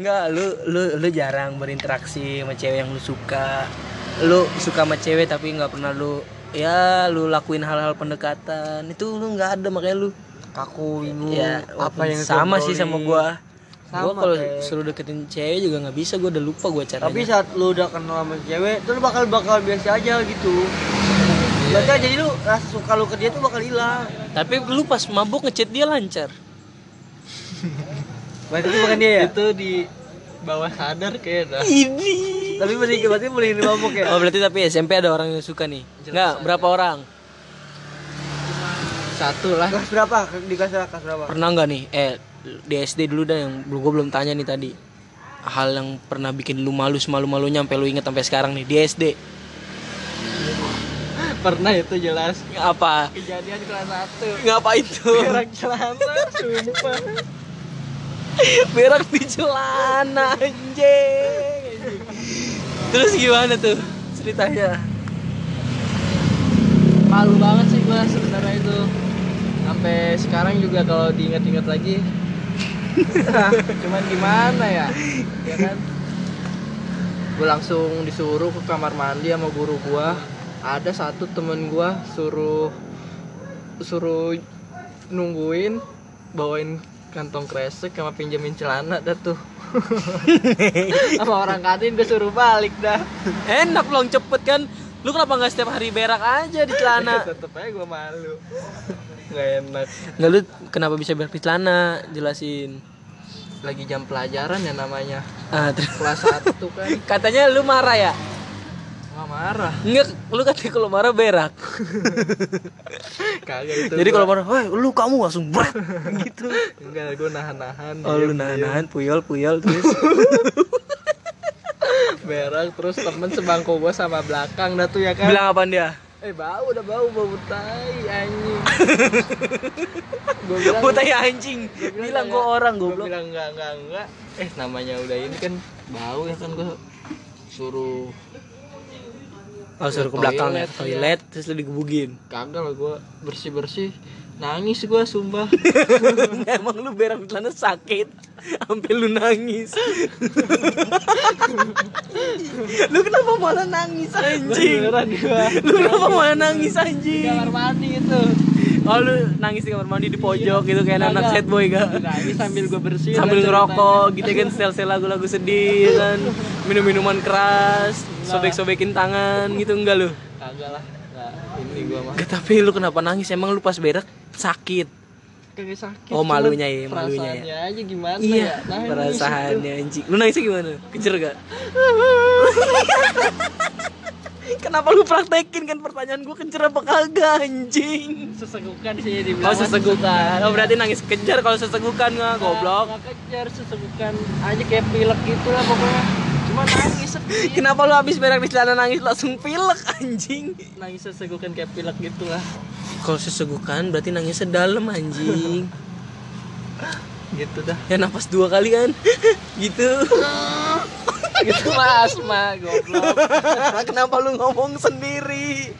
Enggak, lu lu lu jarang berinteraksi sama cewek yang lu suka. Lu suka sama cewek tapi nggak pernah lu ya lu lakuin hal-hal pendekatan. Itu lu nggak ada makanya lu
Kaku bingung.
ya
apa yang
sama sih
diobrolin.
sama gua
Sama,
gua kalau
Tek.
suruh deketin cewek juga nggak bisa gua udah lupa gua caranya
Tapi saat lu udah kenal sama cewek, tuh lu bakal bakal biasa aja gitu. Baca jadi lu rasa suka lu ke dia tuh bakal hilang.
tapi lu pas mabuk ngechat dia lancar
Berarti itu bukan dia ya?
itu di bawah sadar kayak dah
ini
Tapi berarti berarti boleh ini mabuk ya?
oh berarti tapi SMP ada orang yang suka nih nggak berapa orang
satu lah
Kelas berapa? Di kelas berapa? Kelas berapa?
pernah nggak nih eh di SD dulu dah yang gua belum tanya nih tadi hal yang pernah bikin lu malu semalu malunya sampai lu inget sampai sekarang nih di SD
pernah itu jelas
apa
kejadian kelas satu
ngapain tuh
orang celana sumpah
berak di celana anjing terus gimana tuh ceritanya
malu banget sih gue sebenarnya itu sampai sekarang juga kalau diingat-ingat lagi cuman gimana ya ya kan gue langsung disuruh ke kamar mandi sama guru gua ada satu temen gua suruh suruh nungguin bawain kantong kresek sama pinjemin celana dah tuh sama orang kantin gue suruh balik dah
Enak long cepet kan. Lu kenapa nggak setiap hari berak aja di celana?
tetep aja gue malu nggak enak
Nggak lu kenapa bisa berak di celana? Jelasin.
lagi jam pelajaran ya namanya
Ah, terus.
kelas 1 kan
Katanya lu marah ya?
nggak marah
Enggak, lu katanya kalau marah berak.
kagak itu
Jadi kalau marah, "Woi, lu kamu langsung berak." gitu.
enggak gue nahan nahan
Oh, lu nahan-nahan puyol-puyol terus.
berak terus temen sebangku gue sama belakang dah tuh ya kan
Bilang apaan dia?
eh bau udah bau bau tai anjing gue bilang
Gua tanya anjing. Bilang
enggak.
gua orang
gue
goblok.
bilang enggak enggak enggak eh namanya udah ini kan bau ya kan gue suruh
Oh, suruh ke
Ke
belakang ya,
toilet,
ke toilet terus lu digebukin.
kagak lah gue bersih bersih nangis gue sumpah
Emang lu berak di celana sakit Sampai lu nangis Lu kenapa malah nangis anjing
beneran gue
Lu kenapa malah nangis anjing
kamar mandi itu
Oh lu nangis di kamar mandi di pojok gitu Kayak anak
Kagak.
sad boy gak
nangis sambil gue bersih
Sambil ngerokok gitu kan Setel-setel lagu-lagu sedih kan Minum-minuman keras Sobek-sobekin tangan gitu enggak lu
kagak lah Nggak, ini gua mah
Gak, tapi lu kenapa nangis? Emang lu pas berak sakit?
kagak sakit.
Oh,
cuman
malunya ya, malunya ya.
perasaannya aja gimana ya?
iya,
Nah, ini
perasaannya anjing. Lu nangisnya gimana? Kejer gak? Kenapa lu praktekin kan pertanyaan gue kejer apa kagak anjing?
sesegukan sih ya dibilang.
Oh sesegukan. Oh berarti nangis kejar kalau sesegukan nggak goblok.
Nggak kejar sesegukan aja kayak pilek gitu lah pokoknya. Cuma nangis sedih.
Kenapa lu habis berak di celana nangis langsung pilek anjing?
Nangis sesegukan kayak pilek gitu lah.
Kalau sesegukan berarti nangisnya dalam anjing.
Gitu dah.
Ya nafas dua kali kan? gitu.
gitu mas ma goblok
Kenapa lu ngomong sendiri?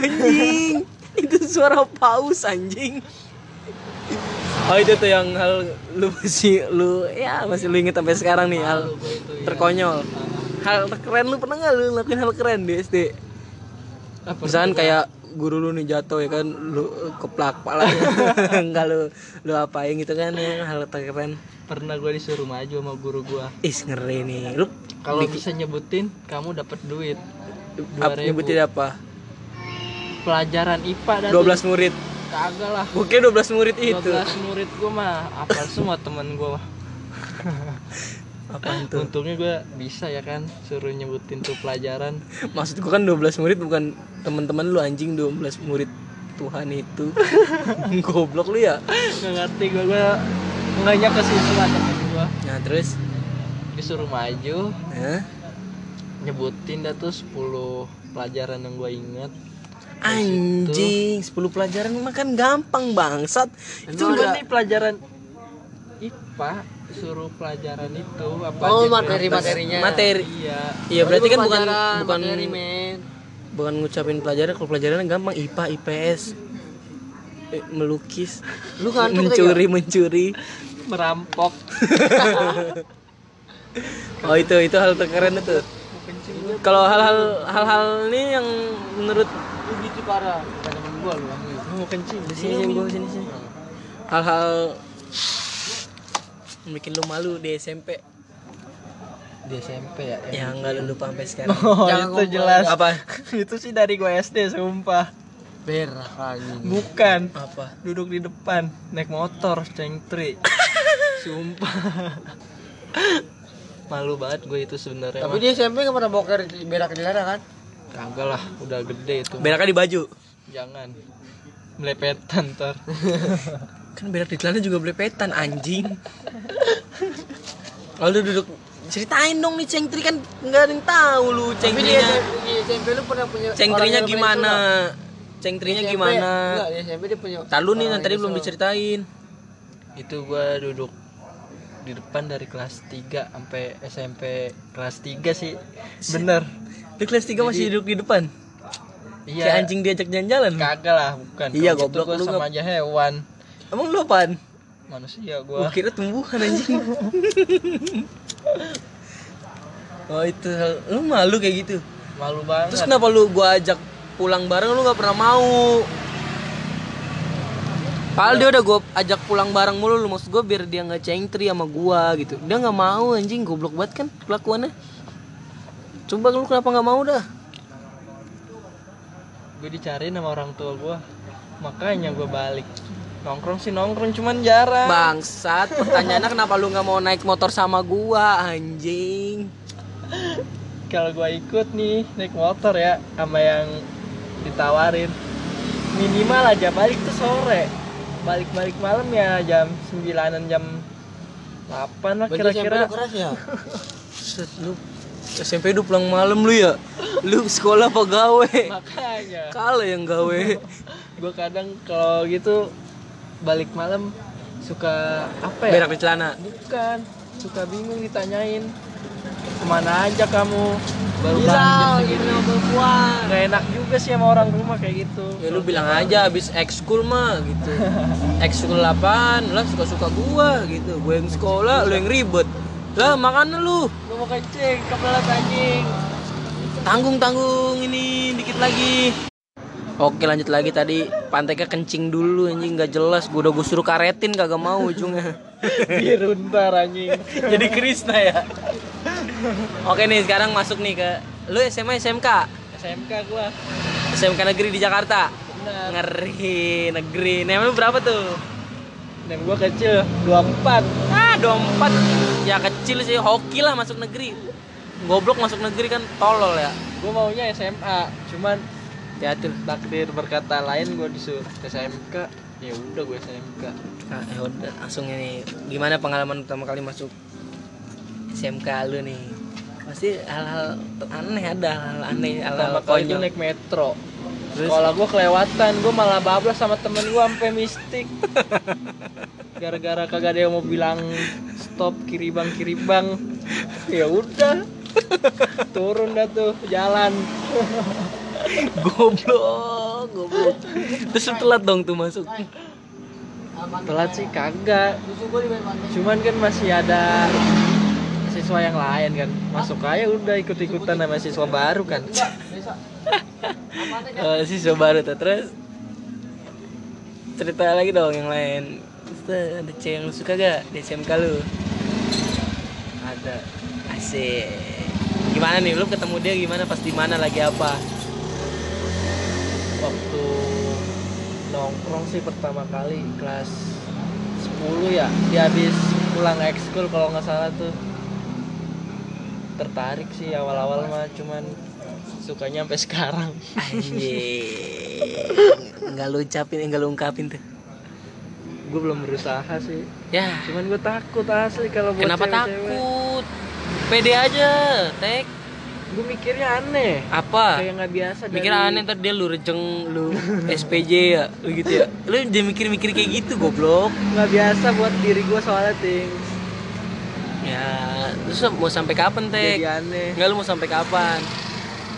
Anjing. itu suara paus anjing. Oh itu tuh yang hal lu masih lu ya masih lu inget sampai sekarang nih hal
ya.
terkonyol. Hal terkeren lu pernah nggak lu ngelakuin hal keren di SD?
ya?
Misalkan kayak guru lu nih jatuh ya kan lu keplak pala enggak lu lu apain gitu kan ya hal terkeren.
pernah gue disuruh maju sama guru gue
Ih ngeri nih. Lu
kalau bisa nyebutin kamu dapat duit
ap-
2000.
nyebutin apa?
pelajaran IPA dan
12 murid.
kagak lah
Gue kira 12 murid itu.
12 murid gue mah apal semua temen gue mah
Apaan tuh?
untungnya gue bisa ya kan suruh nyebutin tuh pelajaran
Maksud gua kan 12 murid bukan teman-teman lu anjing 12 murid Tuhan itu. Goblok lu ya.
nggak ngerti gue gue nggaknya ke situ lah temen gue
Nah, terus
disuruh maju
Hah?
nyebutin dah tuh 10 pelajaran yang gue inget
Anjing, 10 pelajaran mah kan gampang bangsat.
itu
Itu udah
nih pelajaran IPA suruh pelajaran itu apa aja
Oh,
tuh?
materi-materinya.
materi.
iya
Iya, berarti kan bukan
Pelajaran,
bukan
materi, men.
bukan ngucapin pelajaran kalau pelajaran gampang IPA, IPS. Eh, melukis,
Lu ngantuk
mencuri, mencuri.
merampok
Oh, itu itu hal terkeren itu. Kalau hal-hal hal-hal ini yang menurut
lu gitu parah bukan temen gua lu asli.
mau kencing di sini sini, gua sini sini hal-hal yang bikin lu malu di SMP
di SMP ya
ya nggak lu lupa sampai sekarang
oh
Jangan
itu
ngomong.
jelas
apa
itu sih dari gua SD sumpah
Berak lagi.
bukan
apa
duduk di depan naik motor cengtri sumpah malu banget gue itu sebenarnya
Tapi
mah.
di SMP nggak pernah boker berak di sana kan?
kagak lah udah gede itu
beraknya di baju
jangan melepetan ntar
kan berak di celana juga belepetan anjing lalu duduk ceritain dong nih cengtri kan nggak ada yang tahu lu
Tapi di SMP,
cengtrinya
di SMP lu pernah punya
cengtrinya
orang yang
gimana
pernah
cengtrinya
disulap?
gimana
Enggak, di SMP dia punya.
Tar lu nih
orang
yang
yang
tadi belum
disulap.
diceritain
itu gue duduk di depan dari kelas 3 sampai SMP kelas 3 sih bener
di kelas 3 masih duduk di depan
Iya.
kayak anjing diajak jalan-jalan
kagak lah bukan
Iya,
Kalau gitu
goblok,
gua
lu
sama aja hewan
emang lu apaan
manusia
Gua
gue
kira tumbuhan anjing. oh itu hal- lu malu kayak gitu.
malu banget
Terus kenapa lu gua ajak pulang bareng lu nggak pernah mau? Padahal dia udah gua ajak pulang bareng mulu lu maksud gua biar dia nggak cengtri sama gua gitu. Dia nggak mau anjing goblok banget kan kelakuannya. Coba lu kenapa nggak mau dah?
gue dicariin sama orang tua gue makanya gue balik nongkrong sih nongkrong cuman jarang
Bangsat, pertanyaannya kenapa lu nggak mau naik motor sama gua anjing?
kalau gue ikut nih naik motor ya sama yang ditawarin minimal aja balik tuh sore balik-balik malam ya jam 9an jam 8 lah
Berarti
kira-kira
SMP lu keras ya?
Set, lu SMP udah pulang malam lu ya? Lu sekolah apa gawe?
makanya
Kalau yang gawe
gue kadang kalau gitu balik malam suka apa ya
berak di celana.
bukan suka bingung ditanyain kemana aja kamu baru
Bilang
balik jam
gitu
segini."
sama perempuan.
nggak enak juga sih sama orang rumah kayak gitu
Ya lu bilang aja abis ekskul mah gitu. Ekskul 8, lah suka-suka gua gitu. Gue yang sekolah, lu yang ribet. Lah makan lu.
gue mau kencing kebelet anjing
Tanggung-tanggung ini dikit lagi. Oke lanjut lagi tadi panteknya kencing dulu anjing nggak jelas gua udah gua suruh karetin kagak mau ujungnya
biru ntar anjing
jadi Krishna ya oke nih sekarang masuk nih ke lu SMA SMK
SMK gua Nah,
SMK negeri di Jakarta ngeri negeri namanya berapa tuh
Dan gua kecil 24.
ah dompat ya kecil sih hoki lah masuk negeri goblok masuk negeri kan tolol ya
Gua maunya SMA, cuman ya
diatur
takdir berkata lain gua disuruh ke SMK. Ya udah gua SMK.
Kak, ya udah, langsung ini gimana pengalaman pertama kali masuk SMK lu nih pasti hal-hal aneh ada hal-hal aneh hal-hal
Pertama kali gua
konyol
naik metro.
Terus?
Sekolah gua kelewatan, gua malah bablas sama temen gua sampai mistik. Gara-gara kagak ada yang mau bilang stop kiri bang kiri bang. Ya udah. Turun dah tuh jalan.
goblok goblok terus lu telat dong tuh masuk
Telat sih kagak. Cuman kan masih ada siswa yang lain kan. Masuk aja udah ikut-ikutan sama siswa baru kan.
Eh, siswa baru tuh terus cerita lagi dong yang lain Terus tuh, ada cewek yang lu suka gak di SMK lu
Ada.
asik gimana nih lu ketemu dia gimana pas di mana lagi apa
waktu nongkrong sih pertama kali kelas 10 ya dia habis pulang ekskul kalau nggak salah tuh tertarik sih awal-awal mah cuman sukanya sampai sekarang
anjing nggak lu ucapin eh, nggak lu ungkapin tuh
gue belum berusaha sih
ya
cuman gue takut asli kalau buat
kenapa takut pede aja tek
gue mikirnya aneh
apa
kayak nggak biasa
mikir
dari-
Ah. aneh ntar dia lu rejeng lu SPJ ya lu gitu ya lu jadi mikir-mikir kayak gitu goblok
nggak biasa buat diri gue soalnya ting
ya terus mau sampai kapan tek
jadi aneh
nggak lu mau sampai kapan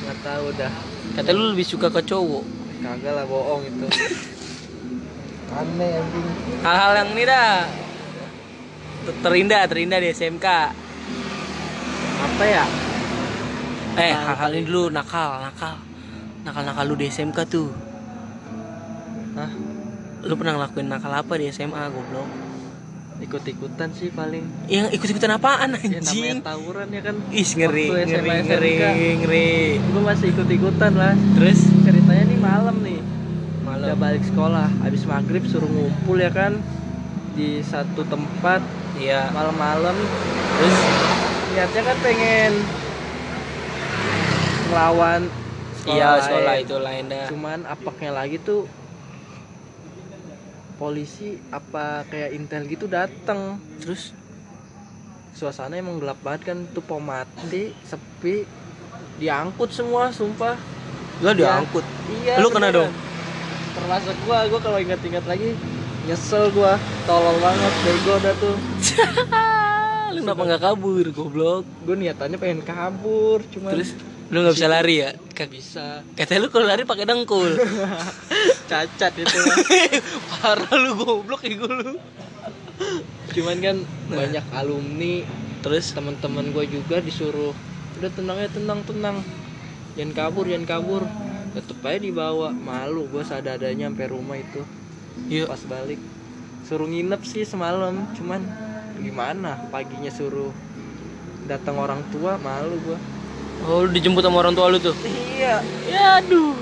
nggak tahu dah
kata lu lebih suka ke cowok
kagak lah bohong itu aneh anjing
hal-hal yang ini dah Ter- terindah terindah di SMK
apa ya
eh hal-hal ini dulu nakal nakal nakal nakal lu di SMK tuh
Hah?
lu pernah ngelakuin nakal apa di SMA goblok
ikut-ikutan sih paling
yang ikut-ikutan apaan
ya namanya
anjing
tawuran ya kan
Ih ngeri
Waktu
ngeri
SMA,
ngeri ngeri
gue masih ikut-ikutan lah
terus
ceritanya nih malam nih udah
malam
balik sekolah habis maghrib suruh ngumpul ya kan di satu tempat
iya
malam-malam
terus
niatnya kan pengen ngelawan sekolah
iya sekolah
lain.
itu lain dah
cuman apaknya lagi tuh polisi apa kayak intel gitu datang
terus
suasana emang gelap banget kan tuh pom mati sepi diangkut semua sumpah
lu
Iya.
diangkut
iya
Lu kena
beneran.
dong?
termasuk gua gua kalau ingat-ingat lagi nyesel gua tolol banget bego dah tuh
Ah, lu kenapa nggak kabur goblok
gua niatannya pengen kabur cuman
terus lu nggak bisa lari ya Ka-
bisa
katanya lu kalau lari pakai dengkul
cacat itu
parah lu goblok ya gua lu
cuman kan
Nah.
banyak alumni
terus
teman-teman gue juga disuruh udah tenang ya tenang tenang jangan kabur jangan kabur tetep aja dibawa malu gue sadadanya sampai rumah itu
yuk
pas balik suruh nginep sih semalam cuman gimana paginya suruh datang orang tua malu gue
oh lu dijemput sama orang tua lu tuh
iya
ya aduh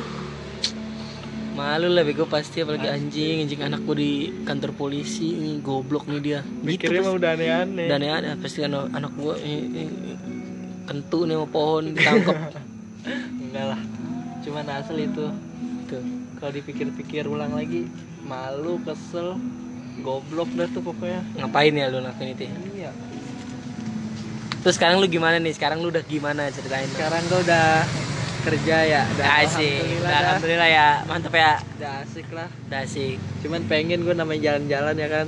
malu lah bego pasti apalagi anjing anjing anak gua di kantor polisi ini goblok nih dia gitu
mikirnya mah udah aneh-aneh
dan ya ada pasti kan anak gua ini, ini, ini, kentu nih sama pohon ditangkep
enggak lah cuman asal itu
tuh
kalau dipikir-pikir ulang lagi malu kesel goblok dah tuh pokoknya
ngapain ya lu ngelakuin itu ya?
iya
terus sekarang lu gimana nih sekarang lu udah gimana ceritain dong.
sekarang gue udah kerja ya udah
asik udah
alhamdulillah dah.
alhamdulillah ya mantep ya
udah asik lah
udah asik
cuman pengen gue namanya jalan-jalan ya kan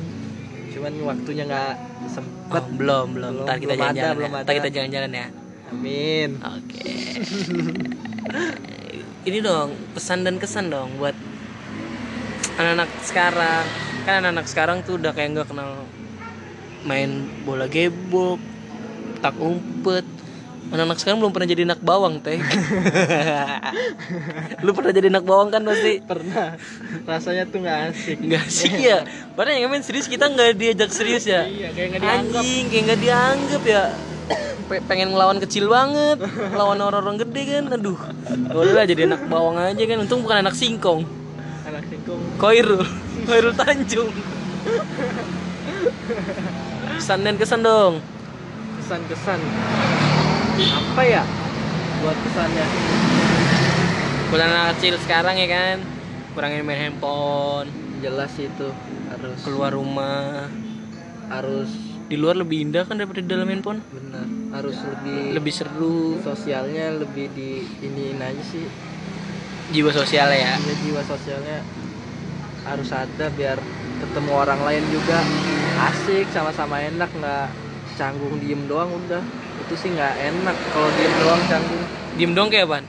cuman waktunya nggak sempet
Oh, belum belum
Belum,
ntar kita
belum ada,
jalan-jalan ya.
belum
ntar
ada.
kita jalan-jalan ya
amin
oke ini dong pesan dan kesan dong buat anak-anak sekarang kan anak-anak sekarang tuh udah kayak nggak kenal main bola gebok tak umpet anak-anak sekarang belum pernah jadi anak bawang teh lu pernah jadi anak bawang kan pasti
pernah rasanya tuh nggak asik
Enggak sih ya. Padahal yang main serius kita nggak diajak serius ya.
iya kayak nggak dianggap
Anjing, kayak nggak dianggap ya. Pe- pengen ngelawan kecil banget lawan orang-orang gede kan aduh udah jadi anak bawang aja kan untung bukan anak singkong
anak singkong
Koirul Koirul Tanjung pesan dan kesan dong
kesan-kesan apa ya buat kesannya
buat anak kecil sekarang ya kan kurangin main handphone
jelas itu harus
keluar rumah
harus
di luar lebih indah kan daripada di dalam handphone
benar harus lebih
lebih seru
sosialnya lebih di iniin aja sih
jiwa sosial ya
Ya, jiwa sosialnya harus ada biar ketemu orang lain juga asik sama-sama enak nggak canggung diem doang udah itu sih nggak enak kalau diem doang canggung
diem dong kayak apaan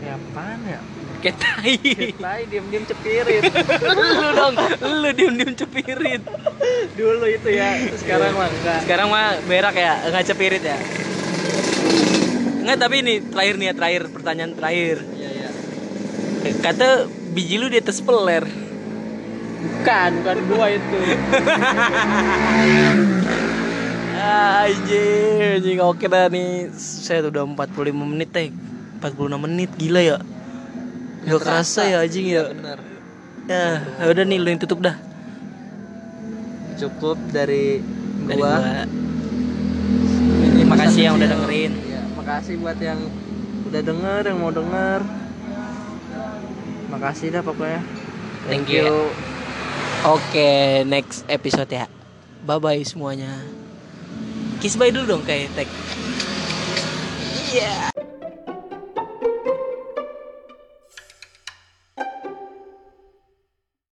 ya apaan ya
kayak tai
tai diem diem cepirit
lu dong lu diem diem cepirit
dulu itu ya sekarang mah enggak
sekarang mah berak ya nggak cepirit ya nggak tapi ini terakhir nih ya terakhir pertanyaan terakhir
Iya, iya.
kata biji lu di atas peler
bukan bukan gua itu
Ah, anjing anjing oke dah nih saya udah 45 menit eh, teh 46 menit gila ya gak kerasa ya anjing ya
bener
ya udah nih lu yang tutup dah
cukup dari
Dari
gua
gua.
Ini
makasih yang
pesan
udah
kecil.
dengerin
Iya, makasih buat yang udah denger, yang mau denger. Makasih dah pokoknya.
Thank you. oke next episode ya bye bye semuanya kiss bye dulu dong kayak tag iya